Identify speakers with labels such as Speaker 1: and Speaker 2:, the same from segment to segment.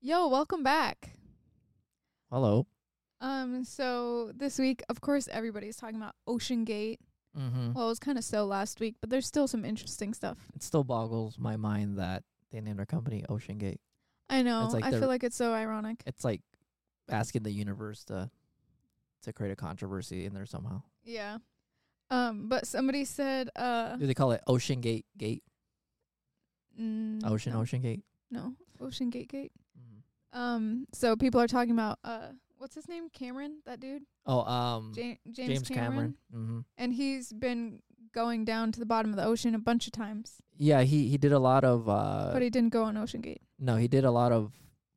Speaker 1: Yo, welcome back.
Speaker 2: Hello.
Speaker 1: Um, so this week, of course, everybody's talking about Ocean Gate.
Speaker 2: Mm-hmm.
Speaker 1: Well, it was kind of so last week, but there's still some interesting stuff.
Speaker 2: It still boggles my mind that they named their company Ocean Gate.
Speaker 1: I know.
Speaker 2: like
Speaker 1: I
Speaker 2: they're-
Speaker 1: feel like it's so ironic.
Speaker 2: It's like asking the universe to to create a controversy in there somehow.
Speaker 1: Yeah. Um, but somebody said, uh,
Speaker 2: Do they call it Ocean Gate Gate?
Speaker 1: mm,
Speaker 2: Ocean
Speaker 1: no,
Speaker 2: Ocean Gate.
Speaker 1: no, Ocean Gate Gate.
Speaker 2: Mhm.
Speaker 1: Um, so people are talking about uh, what's his name? Cameron, that dude,
Speaker 2: Oh, um,
Speaker 1: ja- James,
Speaker 2: James Cameron. Mm-hmm.
Speaker 1: and he's been going down to the bottom of the ocean a bunch of times,
Speaker 2: Yeah, he he did a lot of uh,
Speaker 1: but he didn't go on Ocean Gate.
Speaker 2: no, he did a lot of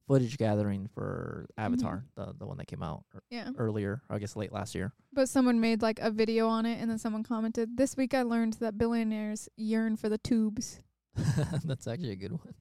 Speaker 2: footage gathering for
Speaker 1: Mm-hmm.
Speaker 2: Avatar, the the one that came out ear-
Speaker 1: Yeah.
Speaker 2: earlier, I guess late last year.
Speaker 1: But someone made like a video on it, and then someone commented, "This week I learned that billionaires yearn for the tubes."
Speaker 2: That's actually a good one.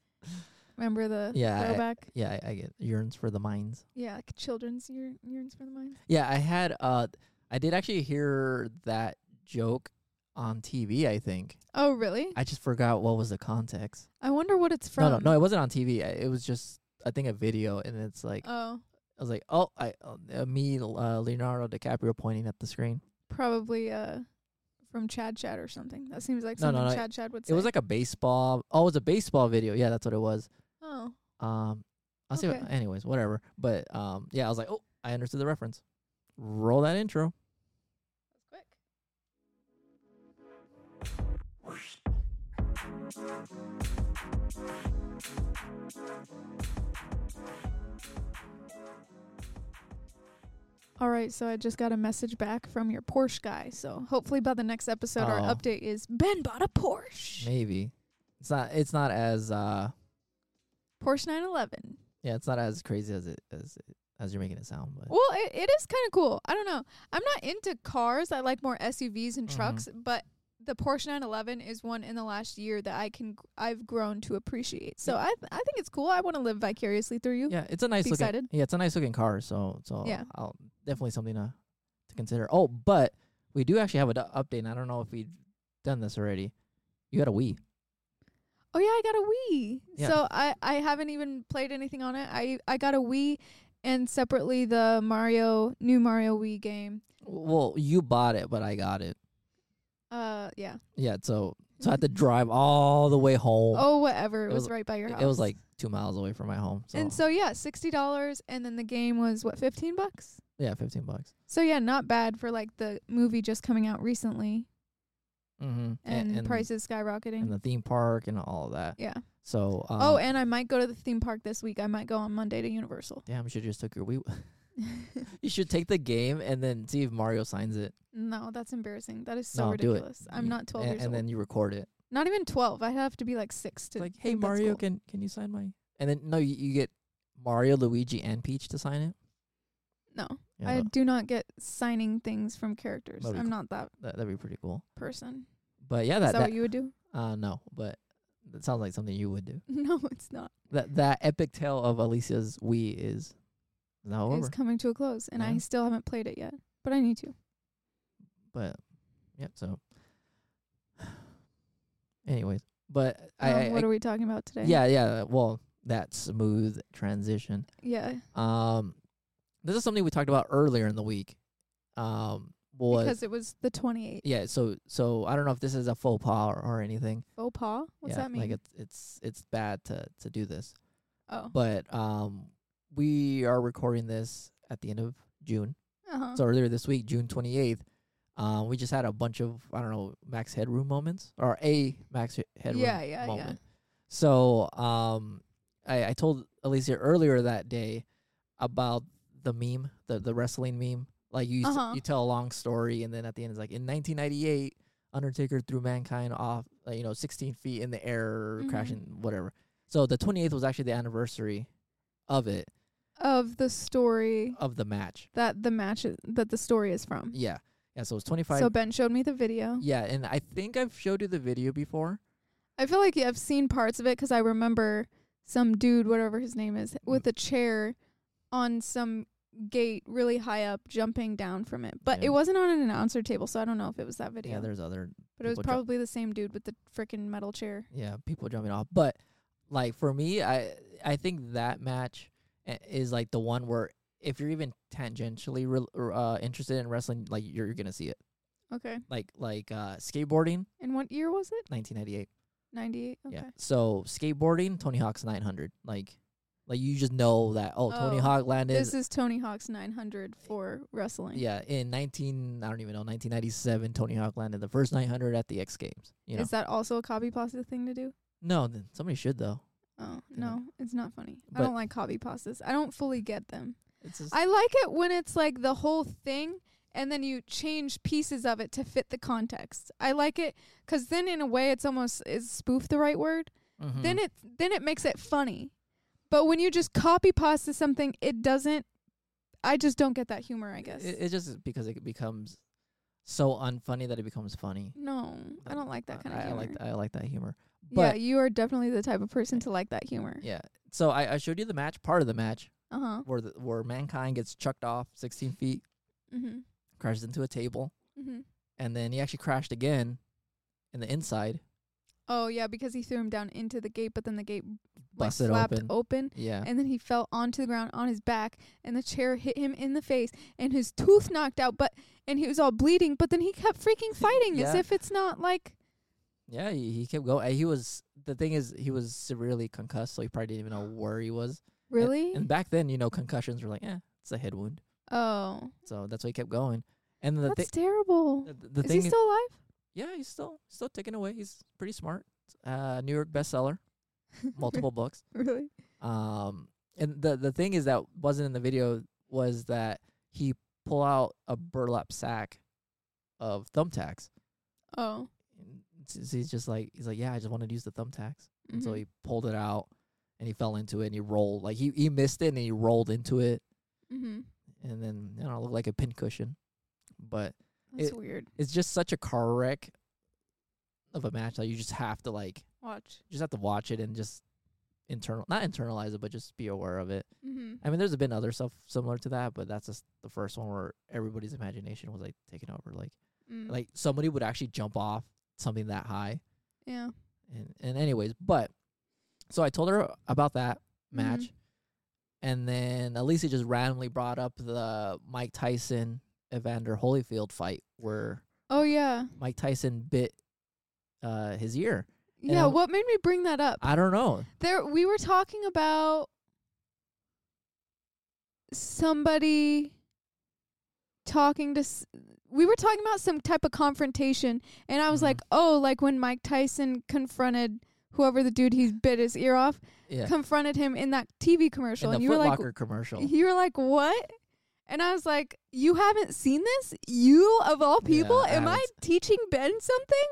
Speaker 1: Remember the
Speaker 2: Yeah, I-
Speaker 1: throwback?
Speaker 2: Yeah, I, I get yearns for the minds.
Speaker 1: yeah, like children's year, yearns for the minds.
Speaker 2: Yeah, I had uh I did actually hear that joke on TV, I think.
Speaker 1: Oh, really?
Speaker 2: I just forgot what was the context.
Speaker 1: I wonder what it's from.
Speaker 2: No, no, no, it wasn't on TV. I- It was just I think a video and it's like
Speaker 1: Oh,
Speaker 2: I was like, "Oh, I uh, me uh, Leonardo DiCaprio pointing at the screen."
Speaker 1: probably uh, from Chad Chad or something. That seems like
Speaker 2: No, no,
Speaker 1: something
Speaker 2: no,
Speaker 1: Chad Chad would say.
Speaker 2: It was like a baseball. Oh, it was a baseball video. Yeah, that's what it was.
Speaker 1: oh,
Speaker 2: Um I'll see what,
Speaker 1: Okay.
Speaker 2: anyways, whatever. But um yeah, I was like, "Oh, I understood the reference." Roll that intro.
Speaker 1: quick. All right, so I just got a message back from your Porsche guy. So hopefully by the next episode, our
Speaker 2: Oh.
Speaker 1: update is Ben bought a Porsche.
Speaker 2: Maybe. It's not it's not as uh
Speaker 1: Porsche 911.
Speaker 2: Yeah, it's not as crazy as it as it, as you're making it sound, but
Speaker 1: Well, it, it is kind of cool. I don't know. I'm not into cars. I like more SUVs and
Speaker 2: Mhm.
Speaker 1: trucks, but the Porsche 911 is one in the last year that I can I've grown to appreciate. So I th- I think it's cool. I want to live vicariously through you.
Speaker 2: yeah, it's a nice
Speaker 1: Be
Speaker 2: looking.
Speaker 1: excited.
Speaker 2: Yeah, it's a nice looking car. So so
Speaker 1: Yeah.
Speaker 2: I'll definitely something to to consider. Oh, but we do actually have an update. and I don't know if we've done this already. You got a Wii.
Speaker 1: Oh yeah, I got a Wii.
Speaker 2: Yeah.
Speaker 1: So I I haven't even played anything on it. I I got a Wii and separately the Mario new Mario Wii game.
Speaker 2: Well, you bought it, but I got it.
Speaker 1: Uh yeah.
Speaker 2: Yeah, so so I had to drive all the way home.
Speaker 1: Mm-hmm. Oh whatever. It,
Speaker 2: It
Speaker 1: was,
Speaker 2: was-
Speaker 1: right by your house.
Speaker 2: it was like two miles away from my home. So,
Speaker 1: And so yeah, $60 and then the game was what 15 bucks?
Speaker 2: yeah, fifteen bucks.
Speaker 1: So yeah, not bad for like the movie just coming out recently
Speaker 2: Mm-hmm.
Speaker 1: and,
Speaker 2: and
Speaker 1: prices skyrocketing.
Speaker 2: and the theme park and all of that.
Speaker 1: yeah.
Speaker 2: So um,
Speaker 1: oh, and I might go to the theme park this week. I might go on Monday to Universal.
Speaker 2: damn, you should just took your Wii. You should take the game and then see if Mario signs it.
Speaker 1: no, that's embarrassing. That is so
Speaker 2: No, do it.
Speaker 1: ridiculous. I'm
Speaker 2: You-
Speaker 1: not 12
Speaker 2: and,
Speaker 1: years
Speaker 2: and
Speaker 1: old.
Speaker 2: then you record it.
Speaker 1: not even 12. I have to be like 6
Speaker 2: It's
Speaker 1: to
Speaker 2: like, hey
Speaker 1: think that's
Speaker 2: Mario,
Speaker 1: cool.
Speaker 2: can can you sign my? And then no, you, you get Mario, Luigi, and Peach to sign it.
Speaker 1: No.
Speaker 2: Yeah,
Speaker 1: I
Speaker 2: tha-
Speaker 1: do not get signing things from characters.
Speaker 2: That'd be
Speaker 1: I'm
Speaker 2: cool.
Speaker 1: not that
Speaker 2: that, that'd be pretty cool.
Speaker 1: person.
Speaker 2: But yeah,
Speaker 1: Is
Speaker 2: that,
Speaker 1: that,
Speaker 2: that,
Speaker 1: what you would do?
Speaker 2: uh no, but that sounds like something you would do.
Speaker 1: No, it's not.
Speaker 2: That that epic tale of Alicia's Wii is now
Speaker 1: It's
Speaker 2: over.
Speaker 1: coming to a close and I
Speaker 2: Yeah.
Speaker 1: still haven't played it yet, but I need to.
Speaker 2: But yeah, so anyways, but I,
Speaker 1: Um,
Speaker 2: I-
Speaker 1: what
Speaker 2: I-
Speaker 1: are we talking about today?
Speaker 2: yeah yeah well that smooth transition.
Speaker 1: Yeah.
Speaker 2: Um, this is something we talked about earlier in the week. Um, was
Speaker 1: Because it was the 28th.
Speaker 2: yeah. So so I don't know if this is a faux pas or, or anything.
Speaker 1: Faux pas? What's
Speaker 2: yeah,
Speaker 1: that mean?
Speaker 2: Like it's it's it's bad to to do this.
Speaker 1: oh.
Speaker 2: But um, we are recording this at the end of June.
Speaker 1: uh-huh.
Speaker 2: So earlier this week, June twenty eighth. Um, we just had a bunch of I don't know max headroom moments or a max he- headroom
Speaker 1: Yeah, yeah, yeah.
Speaker 2: moment. So um, I, I told Alicia earlier that day about the meme, the the wrestling meme. Like you used to-
Speaker 1: Uh-huh.
Speaker 2: you tell a long story and then at the end it's like in 1998, Undertaker threw mankind off, uh, you know, 16 feet in the air,
Speaker 1: Mhm.
Speaker 2: crashing whatever. So the 28th was actually the anniversary of it
Speaker 1: of the story
Speaker 2: of the match.
Speaker 1: that the match is, that the story is from.
Speaker 2: Yeah, yeah. So it was 25.
Speaker 1: So Ben showed me the video.
Speaker 2: yeah, and I think I've showed you the video before.
Speaker 1: I feel like yeah, I've seen parts of it 'cause I remember some dude, whatever his name is,
Speaker 2: Mm-hmm.
Speaker 1: with a chair on some gate really high up, jumping down from it. But it
Speaker 2: Yeah.
Speaker 1: wasn't on an announcer table, so I don't know if it was that video.
Speaker 2: Yeah, there's other
Speaker 1: but it was
Speaker 2: people jump-
Speaker 1: probably the same dude with the frickin' metal chair.
Speaker 2: yeah people jumping off but like for me i i think that match i- is like the one where if you're even tangentially rel- or, uh, interested in wrestling, like you're, you're gonna see it.
Speaker 1: Okay.
Speaker 2: Like like uh, skateboarding,
Speaker 1: And what year was it?
Speaker 2: 1998.
Speaker 1: 98. Okay.
Speaker 2: Yeah. So skateboarding, Tony Hawk's 900. Like like you just know that oh, Tony
Speaker 1: Oh,
Speaker 2: Hawk landed.
Speaker 1: This is Tony Hawk's 900 for wrestling.
Speaker 2: yeah, in 19 I don't even know 1997, Tony Hawk landed the first 900 at the X Games. You know,
Speaker 1: Is that also a copy pasta thing to do?
Speaker 2: no, then somebody should though.
Speaker 1: Oh,
Speaker 2: Yeah.
Speaker 1: no. It's not funny.
Speaker 2: But-
Speaker 1: I don't like copy pastas. I don't fully get them.
Speaker 2: It's just,
Speaker 1: I like it when it's like the whole thing and then you change pieces of it to fit the context. I like it 'cause then in a way it's almost is spoof the right word?
Speaker 2: Mhm.
Speaker 1: Then it then it makes it funny. But when you just copy pasta something, it doesn't I just don't get that humor, I guess.
Speaker 2: It, it's just because it becomes so unfunny that it becomes funny.
Speaker 1: no, I don't like that kind of
Speaker 2: I, I
Speaker 1: humor.
Speaker 2: like I like that humor.
Speaker 1: yeah,
Speaker 2: But
Speaker 1: you are definitely the type of person to like that humor.
Speaker 2: yeah, so I, I showed you the match, part of the match
Speaker 1: Uh huh.
Speaker 2: where the, where mankind gets chucked off 16 feet,
Speaker 1: Mhm.
Speaker 2: crashes into a table,
Speaker 1: Mhm.
Speaker 2: and then he actually crashed again in the inside,
Speaker 1: Oh yeah, because he threw him down into the gate, but then the gate like
Speaker 2: busted
Speaker 1: flapped
Speaker 2: open.
Speaker 1: open
Speaker 2: Yeah,
Speaker 1: and then he fell onto the ground on his back and the chair hit him in the face and his tooth knocked out but and he was all bleeding but then he kept freaking fighting as
Speaker 2: Yeah.
Speaker 1: if it's not like
Speaker 2: yeah, he, he kept going. And He was the thing is he was severely concussed, so he probably didn't even know where he was. And-
Speaker 1: really
Speaker 2: And back then, you know, concussions were like, eh, it's a head wound,
Speaker 1: oh
Speaker 2: so that's why he kept going. And the
Speaker 1: that's
Speaker 2: thing,
Speaker 1: terrible
Speaker 2: the, the
Speaker 1: is
Speaker 2: thing
Speaker 1: he still alive
Speaker 2: yeah, he's still still ticking away. He's pretty smart. Uh, New York bestseller, multiple books.
Speaker 1: really
Speaker 2: Um, and the the thing is that wasn't in the video was that he pull out a burlap sack of thumbtacks.
Speaker 1: oh
Speaker 2: And s- he's just like he's like, yeah, I just wanted to use the thumbtacks, and so
Speaker 1: mhm,
Speaker 2: he pulled it out and he fell into it and he rolled like he he missed it and he rolled into it
Speaker 1: mhm.
Speaker 2: and then you know it looked like a pincushion, but
Speaker 1: that's
Speaker 2: it-
Speaker 1: weird
Speaker 2: it's just such a car wreck of a match that you just have to like
Speaker 1: watch
Speaker 2: just have to watch it and just internal not internalize it but just be aware of it
Speaker 1: mhm
Speaker 2: i mean there's been other stuff similar to that but that's just the first one where everybody's imagination was like taken over like
Speaker 1: mm.
Speaker 2: like somebody would actually jump off something that high
Speaker 1: yeah
Speaker 2: and and anyways but so i told her about that match
Speaker 1: Mhm.
Speaker 2: and then elisa just randomly brought up the mike tyson evander holyfield fight where
Speaker 1: oh yeah
Speaker 2: mike tyson bit uh his ear
Speaker 1: yeah
Speaker 2: I'm-
Speaker 1: what made me bring that up
Speaker 2: i don't know
Speaker 1: there we were talking about somebody talking to s- we were talking about some type of confrontation and i was
Speaker 2: Mhm.
Speaker 1: like oh like when mike tyson confronted whoever the dude he bit his ear off
Speaker 2: yeah
Speaker 1: confronted him in that tv
Speaker 2: in
Speaker 1: commercial
Speaker 2: the
Speaker 1: and you
Speaker 2: Foot
Speaker 1: were like
Speaker 2: Locker commercial
Speaker 1: you were like what and i was like you haven't seen this you of all people
Speaker 2: I
Speaker 1: am i
Speaker 2: haven't
Speaker 1: teaching ben something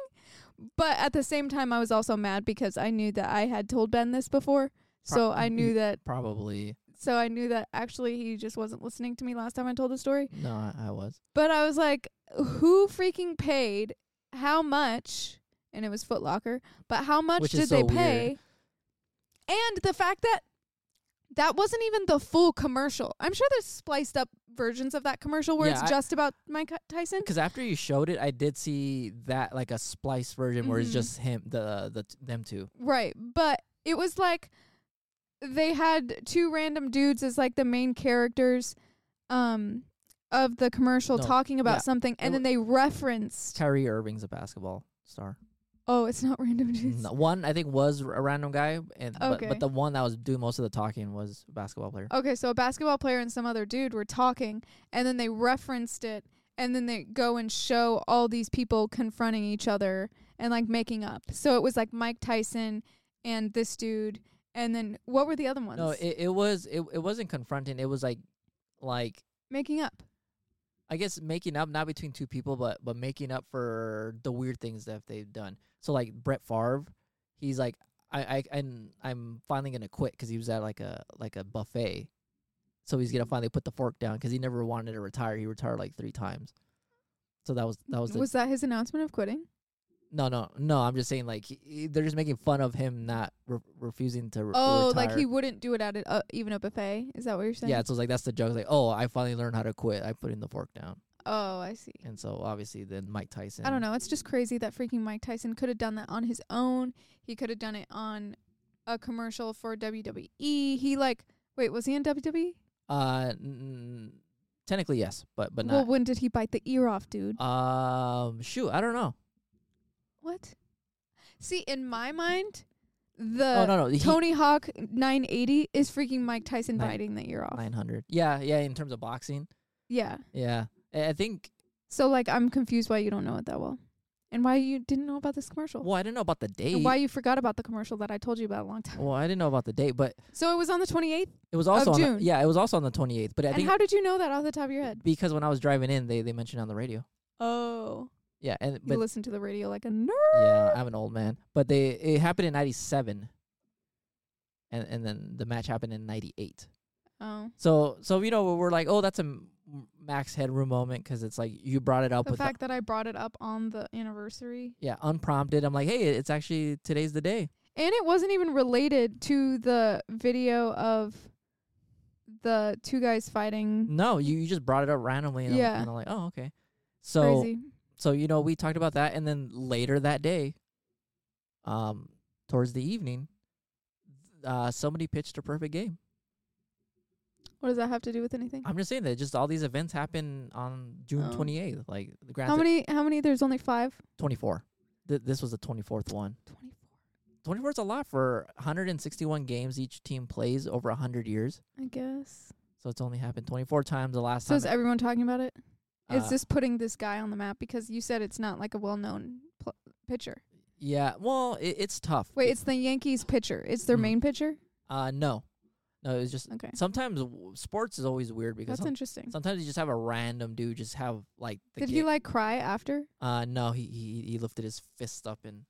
Speaker 1: but at the same time i was also mad because i knew that i had told ben this before so
Speaker 2: Pro- mm.
Speaker 1: i knew
Speaker 2: you-
Speaker 1: that
Speaker 2: probably
Speaker 1: so i knew that actually he just wasn't listening to me last time i told the story
Speaker 2: no I, I was
Speaker 1: but i was like who freaking paid how much and it was Foot Locker, but how much
Speaker 2: Which
Speaker 1: did
Speaker 2: is
Speaker 1: they
Speaker 2: so weird.
Speaker 1: pay? And the fact that that wasn't even the full commercial. I'm sure there's spliced up versions of that commercial where
Speaker 2: Yeah,
Speaker 1: it's
Speaker 2: I-
Speaker 1: just about Mike Tyson.
Speaker 2: because after you showed it I did see that like a splice version where it's
Speaker 1: Mhm.
Speaker 2: just him the the t- them two
Speaker 1: Right, but it was like they had two random dudes as like the main characters um of the commercial
Speaker 2: No,
Speaker 1: talking about
Speaker 2: yeah,
Speaker 1: something and
Speaker 2: it
Speaker 1: then they referenced
Speaker 2: Kyrie Irving's a basketball star
Speaker 1: Oh, it's not random dudes.
Speaker 2: No, one I think was r- a random guy and but,
Speaker 1: Okay.
Speaker 2: but the one that was doing most of the talking was a basketball player
Speaker 1: Okay, so a basketball player and some other dude were talking and then they referenced it and then they go and show all these people confronting each other and like making up. So it was like Mike Tyson and this dude and then what were the other ones?
Speaker 2: no it, it was it, it wasn't confronting it was like like
Speaker 1: making up.
Speaker 2: I guess making up not between two people, but but making up for the weird things that they've done. So like Brett Favre, he's like I I and I'm finally gonna quit 'cause he was at like a like a buffet, so he's
Speaker 1: Mm-hmm.
Speaker 2: gonna finally put the fork down 'cause he never wanted to retire. He retired like three times. So that was that was,
Speaker 1: Was,
Speaker 2: the,
Speaker 1: that his announcement of quitting?
Speaker 2: no no no. I'm just saying like he, he- they're just making fun of him not re- refusing to. Re-
Speaker 1: Oh,
Speaker 2: retire.
Speaker 1: like he wouldn't do it at a, uh, even a buffet. Is that what you're saying?
Speaker 2: Yeah, so it's like that's the joke. It's like oh, I finally learned how to quit. I put in the fork down,
Speaker 1: Oh, I see.
Speaker 2: and so obviously then Mike Tyson.
Speaker 1: I don't know. It's just crazy that freaking Mike Tyson could have done that on his own. E. He could have done it on a commercial for WWE. He like Wait, was he in E? WWE?
Speaker 2: Uh, n- technically yes, but but
Speaker 1: Well,
Speaker 2: not.
Speaker 1: when did he bite the ear off, dude?
Speaker 2: um, shoot, I don't know.
Speaker 1: What? See, in my mind, the
Speaker 2: oh no no, he-
Speaker 1: Uh, Tony Hawk 980 is freaking Mike Tyson
Speaker 2: Nine-
Speaker 1: biting the ear off.
Speaker 2: 900. Yeah, yeah. In terms of boxing,
Speaker 1: Yeah.
Speaker 2: yeah. I I think.
Speaker 1: So like, I'm confused why you don't know it that well, and why you didn't know about this commercial,
Speaker 2: Well, I didn't know about the date.
Speaker 1: Oh. and why you forgot about the commercial that I told you about a long time.
Speaker 2: Well, I didn't know about the date, but
Speaker 1: So it was on the 28th.
Speaker 2: it was also on the-
Speaker 1: June.
Speaker 2: yeah, it was also on the 28th. But I
Speaker 1: and
Speaker 2: think
Speaker 1: how did you know that off the top of your head?
Speaker 2: because when I was driving in, they they mentioned it on the radio.
Speaker 1: Oh,
Speaker 2: Yeah, and
Speaker 1: you
Speaker 2: but
Speaker 1: listen to the radio like a nerd.
Speaker 2: yeah, I'm an old man. But they it happened in '97, and and then the match happened in '98.
Speaker 1: Oh,
Speaker 2: So so you know we're like, oh, that's a m- max headroom moment 'cause it's like you brought it up
Speaker 1: the
Speaker 2: with
Speaker 1: fact that I brought it up on the anniversary,
Speaker 2: yeah unprompted. I'm like, hey, it's actually today's the day.
Speaker 1: and it wasn't even related to the video of the two guys fighting.
Speaker 2: No, you, you just brought it up randomly, and,
Speaker 1: Yeah.
Speaker 2: I'm, and I'm like, oh, okay. So
Speaker 1: Crazy.
Speaker 2: so you know we talked about that and then later that day um towards the evening uh somebody pitched a perfect game
Speaker 1: What does that have to do with anything?
Speaker 2: i'm just saying that just all these events happen on june
Speaker 1: Oh.
Speaker 2: 28th like the grand
Speaker 1: How many? How many? There's only five.
Speaker 2: 24 Th- this was the 24th one
Speaker 1: Twenty-four,
Speaker 2: 24 is a lot for 161 games each team plays over 100 years
Speaker 1: I guess.
Speaker 2: so it's only happened 24 times the last
Speaker 1: So is
Speaker 2: time
Speaker 1: everyone talking about it?
Speaker 2: it-
Speaker 1: it's
Speaker 2: uh,
Speaker 1: just putting this guy on the map because you said it's not like a well-known pl- pitcher.
Speaker 2: yeah well it, it's tough
Speaker 1: Wait, it's the Yankees pitcher. It's their
Speaker 2: Mm.
Speaker 1: main pitcher.
Speaker 2: uh no no it's just
Speaker 1: Okay,
Speaker 2: sometimes w- sports is always weird because
Speaker 1: that's
Speaker 2: some-
Speaker 1: interesting.
Speaker 2: Sometimes you just have a random dude just have like the
Speaker 1: Did
Speaker 2: ga-
Speaker 1: he like cry after?
Speaker 2: uh no he he he lifted his fist up and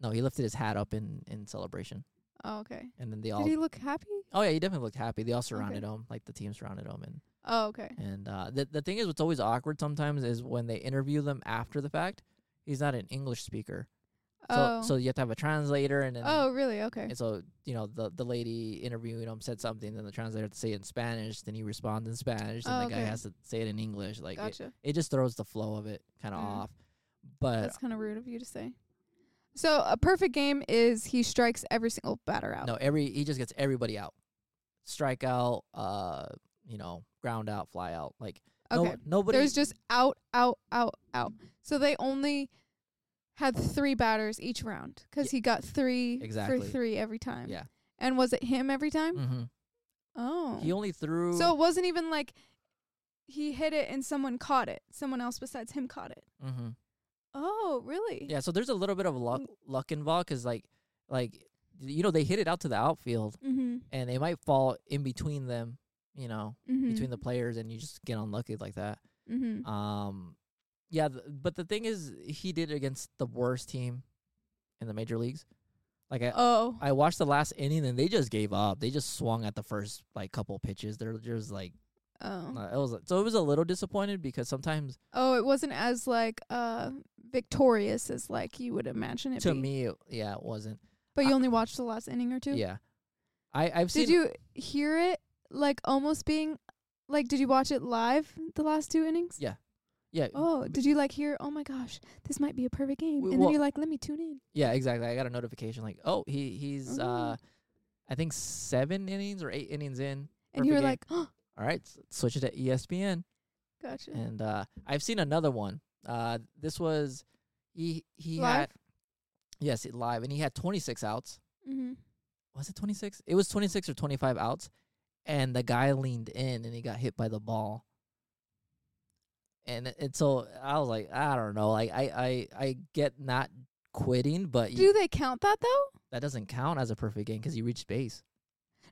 Speaker 2: no he lifted his hat up in in celebration
Speaker 1: Oh, okay.
Speaker 2: and then they all
Speaker 1: Did he look happy?
Speaker 2: oh yeah he definitely looked happy they all surrounded him like the team surrounded him and
Speaker 1: Oh, okay.
Speaker 2: and uh the the thing is what's always awkward sometimes is when they interview them after the fact he's not an English speaker
Speaker 1: oh.
Speaker 2: so so you have to have a translator and then
Speaker 1: oh, really? Okay.
Speaker 2: and so you know the the lady interviewing him said something then the translator had to say it in Spanish then he responds in Spanish and
Speaker 1: Oh,
Speaker 2: the guy
Speaker 1: okay.
Speaker 2: has to say it in English like it- uh,
Speaker 1: Gotcha.
Speaker 2: it just throws the flow of it kind of
Speaker 1: Mm.
Speaker 2: off. But
Speaker 1: that's kind of rude of you to say. So a perfect game is he strikes every single batter out.
Speaker 2: no, every he just gets everybody out, strike out, uh, you know, ground out, fly out. Like no,
Speaker 1: okay.
Speaker 2: nobody.
Speaker 1: There's just out, out, out, out. So they only had three batters each round 'cause
Speaker 2: Ye-
Speaker 1: he got three
Speaker 2: Exactly.
Speaker 1: for three every time.
Speaker 2: Yeah.
Speaker 1: And was it him every time?
Speaker 2: Mhm.
Speaker 1: Oh.
Speaker 2: He only threw.
Speaker 1: so it wasn't even like he hit it and someone caught it. Someone else besides him caught it.
Speaker 2: hmm
Speaker 1: Oh, really?
Speaker 2: yeah, so there's a little bit of luck
Speaker 1: Mm.
Speaker 2: luck involved because like like you know they hit it out to the outfield
Speaker 1: Mhm.
Speaker 2: and they might fall in between them, you know,
Speaker 1: Mhm.
Speaker 2: between the players, and you just get unlucky like that.
Speaker 1: Mhm.
Speaker 2: Um, yeah, th- but the thing is, he did it against the worst team in the major leagues. Like I,
Speaker 1: Oh.
Speaker 2: I watched the last inning and they just gave up. They just swung at the first like couple pitches. They're just like
Speaker 1: Oh.
Speaker 2: uh, it was so it was a little disappointed because sometimes
Speaker 1: Oh, it wasn't as like uh victorious as like you would imagine it
Speaker 2: to
Speaker 1: be.
Speaker 2: me it, yeah it wasn't
Speaker 1: But you
Speaker 2: I-
Speaker 1: only watched the last inning or two?
Speaker 2: yeah I I've
Speaker 1: Did
Speaker 2: seen
Speaker 1: you hear it like almost being like did you watch it live the last two innings?
Speaker 2: Yeah. yeah
Speaker 1: Oh, did you like hear, "Oh my gosh, this might be a perfect game."
Speaker 2: W-
Speaker 1: And
Speaker 2: well-
Speaker 1: then you're like, "Let me tune in."
Speaker 2: yeah exactly I got a notification like oh he he's
Speaker 1: Oh.
Speaker 2: uh I think seven innings or eight innings in
Speaker 1: And you were
Speaker 2: Perfect game.
Speaker 1: like, "Oh,
Speaker 2: all right s- switch it to ESPN
Speaker 1: gotcha."
Speaker 2: and uh I've seen another one uh this was he he had
Speaker 1: Live?
Speaker 2: yes it live and he had 26 outs
Speaker 1: Mm-hmm.
Speaker 2: was it 26? It was 26 or 25 outs, and the guy leaned in and he got hit by the ball. And and so I was like, I don't know, like I I I get not quitting, but you,
Speaker 1: Do they count that though?
Speaker 2: that doesn't count as a perfect game because you reached base.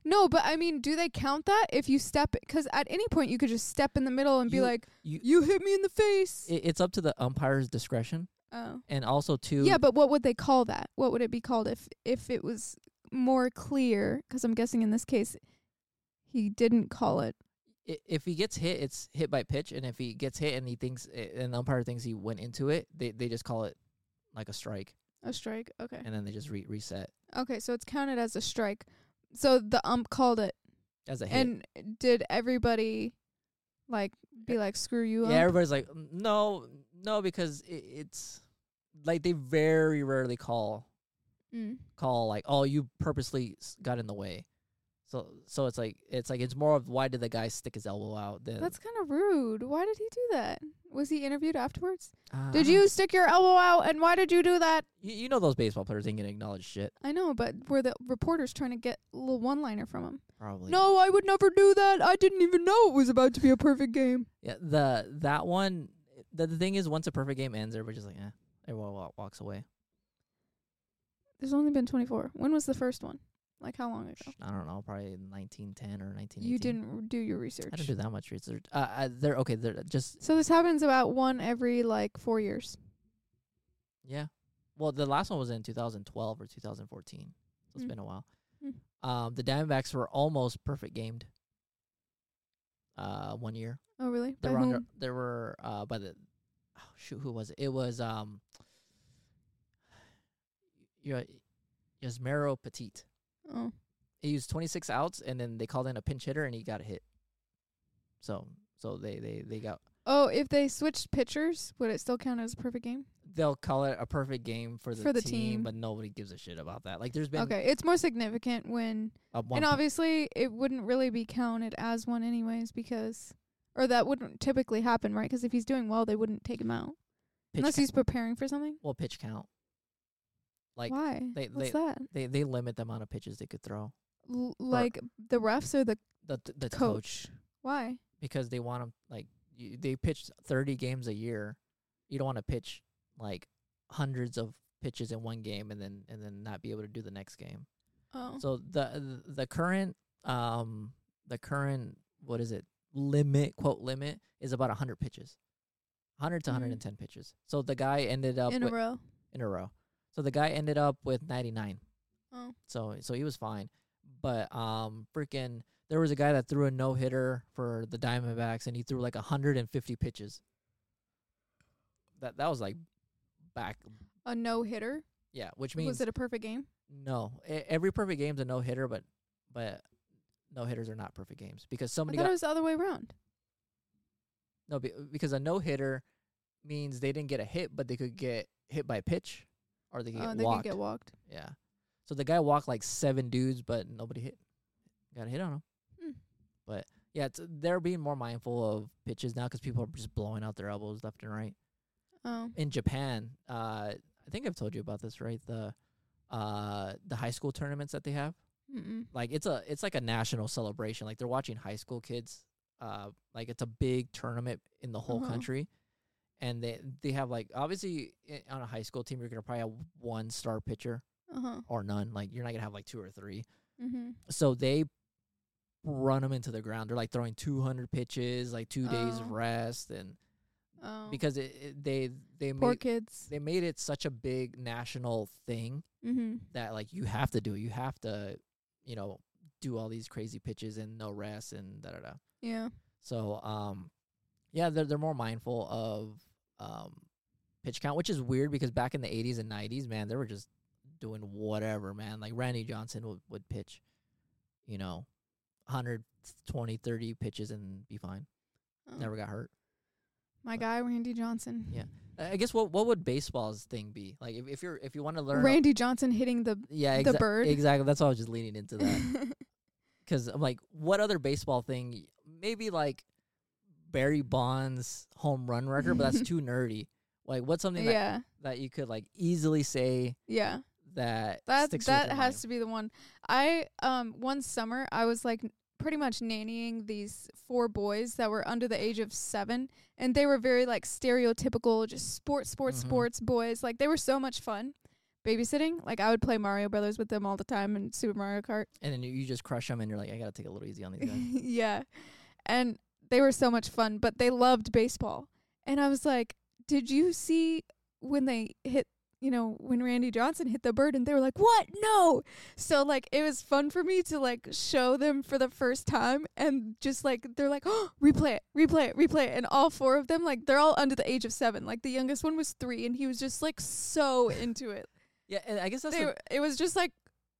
Speaker 1: No, but I mean, do they count that if you step cuz at any point you could just step in the middle and be
Speaker 2: You-
Speaker 1: like,
Speaker 2: you-
Speaker 1: "You, hit me in the face."
Speaker 2: It, it's up to the umpire's discretion,
Speaker 1: oh.
Speaker 2: and also to
Speaker 1: Yeah, but what would they call that? What would it be called if if it was more clear? Because I'm guessing in this case, he didn't call it.
Speaker 2: i- if he gets hit, it's hit by pitch, and if he gets hit and he thinks i- and the umpire thinks he went into it, they they just call it like a strike,
Speaker 1: A strike. Okay.
Speaker 2: and then they just re- reset
Speaker 1: Okay, so it's counted as a strike. So the ump called it,
Speaker 2: as a hit.
Speaker 1: and did everybody like be like, "Screw you"?
Speaker 2: Yeah,
Speaker 1: ump?
Speaker 2: everybody's like, "Mm, no, no, because it, it's like they very rarely call
Speaker 1: Mm.
Speaker 2: call like, oh, you purposely s- got in the way. So so it's like it's like it's more of why did the guy stick his elbow out? Than,
Speaker 1: That's kind of rude. Why did he do that? Was he interviewed afterwards?
Speaker 2: Ah,
Speaker 1: Did you stick your elbow out and why did you do that?
Speaker 2: you you know those baseball players ain't gonna acknowledge shit
Speaker 1: I know, but were the reporters trying to get a little one liner from him?
Speaker 2: probably.
Speaker 1: No, I would never do that. I didn't even know it was about to be a perfect game.
Speaker 2: Yeah, the that one. The, the thing is, once a perfect game ends, everybody's just like, eh. Everyone wa- walks away.
Speaker 1: There's only been 24. When was the first one? Like how long ago?
Speaker 2: I don't know, probably 1910 or 1918.
Speaker 1: You didn't r- do your research.
Speaker 2: I didn't do that much research. Uh, uh, they're okay. They're just
Speaker 1: So this happens about one every like four years.
Speaker 2: yeah. Well, the last one was in 2012 or 2014. So it's
Speaker 1: Mm.
Speaker 2: been a while.
Speaker 1: Mm.
Speaker 2: Um, the Diamondbacks were almost perfect gamed. Uh, one year
Speaker 1: Oh really?
Speaker 2: they
Speaker 1: By
Speaker 2: were
Speaker 1: whom?
Speaker 2: under, they were uh by the oh shoot who was it? It was um. Your Yasmero Petit.
Speaker 1: oh.
Speaker 2: he used 26 outs and then they called in a pinch hitter and he got hit. So so they they they got
Speaker 1: oh, if they switched pitchers, would it still count as a perfect game?
Speaker 2: they'll call it a perfect game for the,
Speaker 1: For the
Speaker 2: team,
Speaker 1: team.
Speaker 2: but nobody gives a shit about that. Like there's been
Speaker 1: okay, it's more significant when
Speaker 2: a one
Speaker 1: and obviously it wouldn't really be counted as one anyways because or that wouldn't typically happen, right? Because if he's doing well, they wouldn't take him out
Speaker 2: pitch
Speaker 1: unless
Speaker 2: count,
Speaker 1: he's preparing for something.
Speaker 2: well pitch count. Like
Speaker 1: Why?
Speaker 2: they-
Speaker 1: What's that?
Speaker 2: they they limit the amount of pitches they could throw.
Speaker 1: L- like the refs or the
Speaker 2: The the- the
Speaker 1: coach?
Speaker 2: coach,
Speaker 1: Why?
Speaker 2: because they want 'em like you, they pitch 30 games a year. You don't want to pitch like hundreds of pitches in one game and then and then not be able to do the next game.
Speaker 1: Oh,
Speaker 2: So the the current um the current what is it limit quote limit is about 100 pitches. 100 to
Speaker 1: Mhm.
Speaker 2: 110 pitches. So the guy ended up
Speaker 1: in a
Speaker 2: with,
Speaker 1: row.
Speaker 2: in a row. So the guy ended up with 99.
Speaker 1: Oh,
Speaker 2: So so he was fine. But um freaking there was a guy that threw a no-hitter for the Diamondbacks and he threw like 150 pitches. That that was like back
Speaker 1: a no hitter.
Speaker 2: yeah, which means
Speaker 1: Was it a perfect game?
Speaker 2: no, E- every perfect game's a no hitter, but but no hitters are not perfect games because
Speaker 1: I
Speaker 2: somebody
Speaker 1: thought
Speaker 2: got
Speaker 1: it was the other way around.
Speaker 2: no be- because a no hitter means they didn't get a hit, but they could get hit by a pitch or they could
Speaker 1: Oh,
Speaker 2: get
Speaker 1: they could
Speaker 2: walked.
Speaker 1: get walked.
Speaker 2: yeah, so the guy walked like seven dudes, but nobody hit. Got a hit on him.
Speaker 1: Hmm.
Speaker 2: But yeah, it's, they're being more mindful of pitches now 'cause people are just blowing out their elbows left and right.
Speaker 1: Oh,
Speaker 2: in Japan, uh, I think I've told you about this, right? The uh, the high school tournaments that they have.
Speaker 1: mm-mm.
Speaker 2: like it's a it's like a national celebration. Like they're watching high school kids. Uh, like it's a big tournament in the whole
Speaker 1: Uh-huh.
Speaker 2: country, and they they have like obviously i- on a high school team you're gonna probably have one star pitcher
Speaker 1: uh huh,
Speaker 2: or none. Like you're not gonna have like two or three.
Speaker 1: mm-hmm.
Speaker 2: So they run them into the ground. They're like throwing 200 pitches, like two days
Speaker 1: Oh.
Speaker 2: of rest, and
Speaker 1: Oh,
Speaker 2: because it, it they they
Speaker 1: poor
Speaker 2: made
Speaker 1: kids.
Speaker 2: they made it such a big national thing
Speaker 1: Mm-hmm.
Speaker 2: that like you have to do it. You have to, you know, do all these crazy pitches and no rest and da da da.
Speaker 1: Yeah.
Speaker 2: So um, yeah, they're they're more mindful of um pitch count, which is weird because back in the '80s and '90s, man, they were just doing whatever, man. Like Randy Johnson would would pitch, you know, 120, 30 pitches and be fine.
Speaker 1: Oh.
Speaker 2: Never got hurt.
Speaker 1: My guy Randy Johnson.
Speaker 2: Yeah. I I guess what what would baseball's thing be like if if you're if you want to learn
Speaker 1: Randy Johnson hitting the.
Speaker 2: yeah
Speaker 1: the
Speaker 2: exa-
Speaker 1: bird.
Speaker 2: exactly that's why I was just leaning into that because I'm like, what other baseball thing? y- Maybe like Barry Bonds' home run record, but that's too nerdy. Like, what's something that,
Speaker 1: yeah.
Speaker 2: that you could like easily say
Speaker 1: Yeah.
Speaker 2: that
Speaker 1: That
Speaker 2: sticks
Speaker 1: that
Speaker 2: with your
Speaker 1: has
Speaker 2: mind?
Speaker 1: to be the one. I um one summer I was like n- pretty much nannying these four boys that were under the age of seven, and they were very like stereotypical, just sports, sports,
Speaker 2: Mhm.
Speaker 1: sports boys. Like they were so much fun babysitting. Like I would play Mario Brothers with them all the time and Super Mario Kart.
Speaker 2: And then you, you just crush them, and you're like, I gotta take a little easy on these guys.
Speaker 1: yeah, and they were so much fun, but they loved baseball, and I was like, did you see when they hit? You know, when Randy Johnson hit the bird and they were like, What? No. So like it was fun for me to like show them for the first time and just like they're like, oh, replay it, replay it, replay it. And all four of them, like they're all under the age of seven. Like the youngest one was three and he was just like so into it.
Speaker 2: yeah, and I guess that's
Speaker 1: They
Speaker 2: the,
Speaker 1: were- it was just like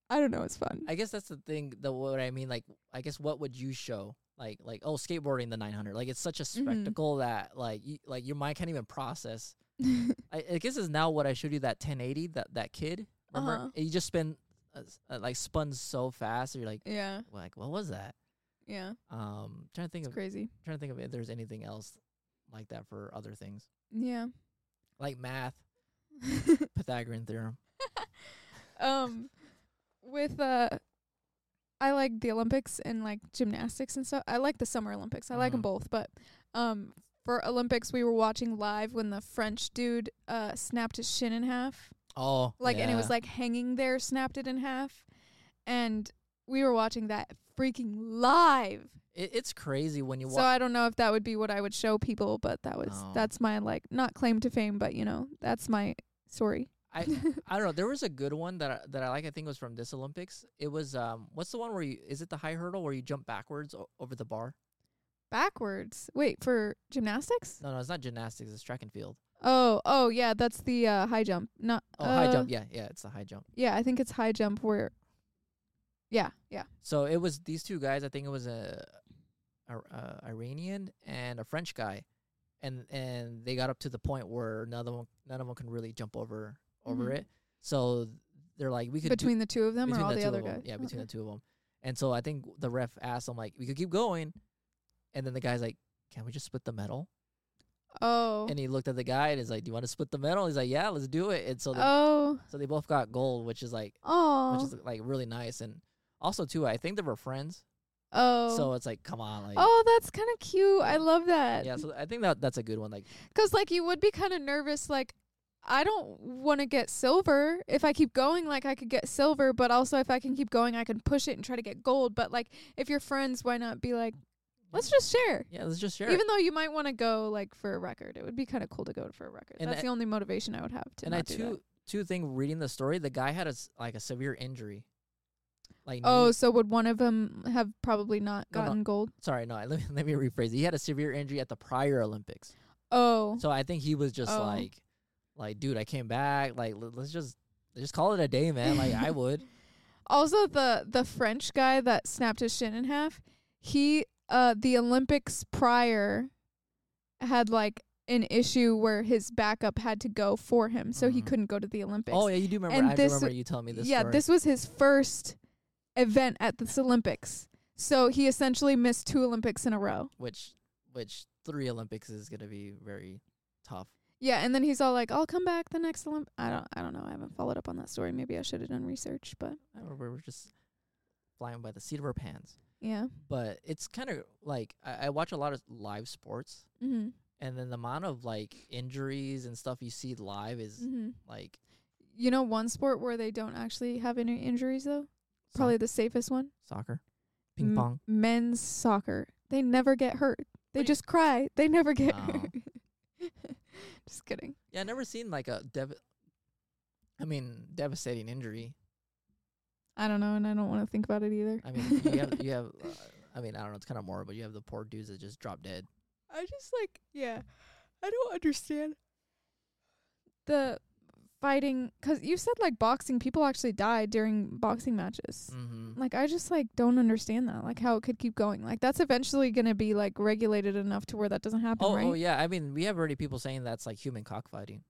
Speaker 1: I don't know, it's fun.
Speaker 2: I guess that's the thing. The what I mean, like, I guess what would you show? Like, like oh, skateboarding the 900. Like, it's such a
Speaker 1: Mm-hmm.
Speaker 2: spectacle that like, you, like your mind can't even process I, I guess is now what I showed you that 1080 that that kid. Remember,
Speaker 1: Uh-huh.
Speaker 2: you just spend uh, s- uh, like spun so fast. You're like,
Speaker 1: Yeah.
Speaker 2: like what was that?
Speaker 1: Yeah.
Speaker 2: Um, trying to think
Speaker 1: It's
Speaker 2: of
Speaker 1: crazy.
Speaker 2: trying to think of if there's anything else like that for other things
Speaker 1: Yeah.
Speaker 2: like math, Pythagorean theorem.
Speaker 1: um with uh I like the Olympics and like gymnastics and stuff. I like the Summer Olympics. I like 'em
Speaker 2: Mhm.
Speaker 1: both, but um for Olympics we were watching live when the French dude uh snapped his shin in half.
Speaker 2: Oh,
Speaker 1: Like and it
Speaker 2: yeah.
Speaker 1: was like hanging there, snapped it in half. And we were watching that freaking live.
Speaker 2: It, it's crazy when you Oh.
Speaker 1: So
Speaker 2: watch.
Speaker 1: I don't know if that would be what I would show people, but that was
Speaker 2: No.
Speaker 1: that's my like not claim to fame, but you know, that's my story.
Speaker 2: I, I don't know. There was a good one that I, that I like. I think was from this Olympics. It was um, what's the one where you is it the high hurdle where you jump backwards o- over the bar?
Speaker 1: Backwards. Wait, for gymnastics?
Speaker 2: No, no, it's not gymnastics. It's track and field.
Speaker 1: Oh, oh yeah, that's the uh, high jump. Not
Speaker 2: Oh, high
Speaker 1: uh,
Speaker 2: jump. Yeah, yeah, it's the high jump.
Speaker 1: Yeah, I think it's high jump where. Yeah, yeah.
Speaker 2: So it was these two guys. I think it was a, a, a Iranian and a French guy, and and they got up to the point where none of them, none of them can really jump over over
Speaker 1: Mhm.
Speaker 2: it. So they're like, we could do-
Speaker 1: Between the two of them or
Speaker 2: between
Speaker 1: all the,
Speaker 2: two
Speaker 1: other
Speaker 2: of 'em.
Speaker 1: guys?
Speaker 2: Yeah, between the two of them. And so I think the ref asked him like, we could keep going, and then the guy's like, can we just split the medal?
Speaker 1: Oh.
Speaker 2: And he looked at the guy and he's like, do you want to split the medal? He's like, yeah, let's do it. And so they,
Speaker 1: Oh.
Speaker 2: so they both got gold, which is like
Speaker 1: Oh.
Speaker 2: which is like really nice. And also too, I think they were friends.
Speaker 1: oh.
Speaker 2: So it's like, come on, like,
Speaker 1: oh, that's kind of cute. I love that.
Speaker 2: yeah. So I think that that's a good one. Like,
Speaker 1: Because, like, you would be kind of nervous. Like, I don't want to get silver. If I keep going, like, I could get silver. But also, if I can keep going, I can push it and try to get gold. But, like, if you're friends, why not be like, let's just share?
Speaker 2: yeah, let's just share. it.
Speaker 1: Even though you might want to go like for a record, it would be kind of cool to go for a record.
Speaker 2: And
Speaker 1: That's
Speaker 2: I-
Speaker 1: the only motivation I would have to
Speaker 2: and
Speaker 1: not
Speaker 2: I
Speaker 1: do
Speaker 2: too
Speaker 1: that.
Speaker 2: too think reading the story, the guy had a s like a severe injury. Like,
Speaker 1: Oh,
Speaker 2: knee-
Speaker 1: so would one of them have probably not
Speaker 2: No, no.
Speaker 1: gotten gold?
Speaker 2: sorry, no. Let me, let me rephrase. He had a severe injury at the prior Olympics,
Speaker 1: Oh,
Speaker 2: so I think he was just
Speaker 1: Oh.
Speaker 2: like, like, dude, I came back. Like, let- let's just let's just call it a day, man. Like, I would.
Speaker 1: also the the French guy that snapped his shin in half. He uh the Olympics prior had like an issue where his backup had to go for him, so he
Speaker 2: Mhm.
Speaker 1: couldn't go to the Olympics.
Speaker 2: Oh yeah, you do remember.
Speaker 1: And
Speaker 2: I
Speaker 1: this-
Speaker 2: remember you telling me this.
Speaker 1: yeah,
Speaker 2: story.
Speaker 1: this was his first event at this Olympics. So he essentially missed two Olympics in a row.
Speaker 2: which which three Olympics is gonna be very tough.
Speaker 1: Yeah, and then he's all like, "I'll come back the next Olymp." I don't, I don't know. I haven't followed up on that story. Maybe I should have done research, but
Speaker 2: I don't know, we were just flying by the seat of our pants.
Speaker 1: yeah.
Speaker 2: but it's kind of like I, I watch a lot of live sports,
Speaker 1: Mm-hmm.
Speaker 2: and then the amount of like injuries and stuff you see live is
Speaker 1: Mm-hmm.
Speaker 2: like
Speaker 1: You know, one sport where they don't actually have any injuries though. Probably Mm. the safest one.
Speaker 2: soc- soccer, ping
Speaker 1: M-
Speaker 2: pong.
Speaker 1: Men's soccer. They never get hurt. They
Speaker 2: What do you-
Speaker 1: just cry. They never get
Speaker 2: Oh.
Speaker 1: hurt. just kidding.
Speaker 2: Yeah, I never seen like a dev. I mean, devastating injury.
Speaker 1: I don't know, and I don't want to think about it either.
Speaker 2: I mean, you have you have. Uh, I mean, I don't know. It's kind of more, but you have the poor dudes that just drop dead.
Speaker 1: I just like, yeah, I don't understand the fighting 'cause you said like boxing, people actually die during boxing matches.
Speaker 2: Mm-hmm.
Speaker 1: Like I just like don't understand that, like how it could keep going. Like that's eventually gonna be like regulated enough to where that doesn't happen,
Speaker 2: Oh,
Speaker 1: right?
Speaker 2: oh yeah. I mean, we have already people saying that's like human cockfighting.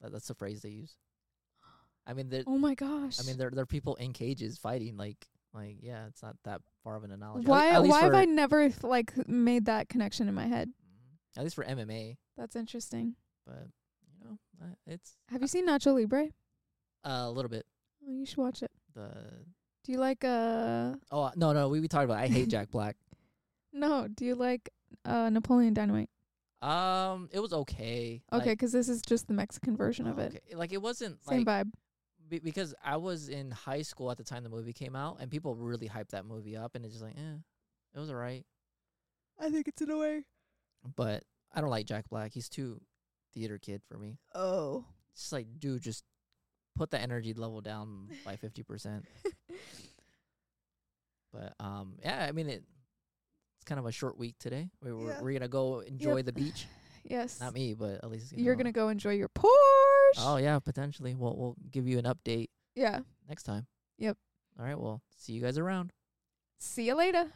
Speaker 2: That, that's the phrase they use. I mean, there-
Speaker 1: Oh my gosh!
Speaker 2: I mean, there there are people in cages fighting. Like, like yeah, it's not that far of an analogy. At le-
Speaker 1: why
Speaker 2: At least
Speaker 1: why have
Speaker 2: for,
Speaker 1: I never like made that connection in my head?
Speaker 2: Mm, At least for MMA,
Speaker 1: That's interesting.
Speaker 2: but you know, uh, it's
Speaker 1: Have you seen Nacho Libre?
Speaker 2: a little bit
Speaker 1: Oh, you should watch it.
Speaker 2: the.
Speaker 1: Do you like uh
Speaker 2: Oh uh, no, no, we we talked about. it. I hate Jack Black.
Speaker 1: no? Do you like uh Napoleon Dynamite?
Speaker 2: Um, it was okay.
Speaker 1: Okay, 'cause
Speaker 2: like, oh,
Speaker 1: this is just the Mexican version of it.
Speaker 2: okay. Like it wasn't
Speaker 1: Same
Speaker 2: like
Speaker 1: vibe.
Speaker 2: be- because I was in high school at the time the movie came out, and people really hyped that movie up, and it's just like, eh, it was alright.
Speaker 1: I think it's in a way.
Speaker 2: But I don't like Jack Black. He's too theater kid for me.
Speaker 1: Oh.
Speaker 2: It's just like, dude, just put the energy level down by fifty percent. But um, yeah, I mean it. It's kind of a short week today. We were
Speaker 1: Yeah.
Speaker 2: we're gonna go enjoy
Speaker 1: Yep.
Speaker 2: the beach.
Speaker 1: yes.
Speaker 2: Not me, but at least
Speaker 1: You're gonna
Speaker 2: know.
Speaker 1: go enjoy your Porsche.
Speaker 2: Oh yeah, potentially. We'll we'll give you an update
Speaker 1: Yeah.
Speaker 2: next time.
Speaker 1: Yep.
Speaker 2: All right. Well, see you guys around.
Speaker 1: See you later.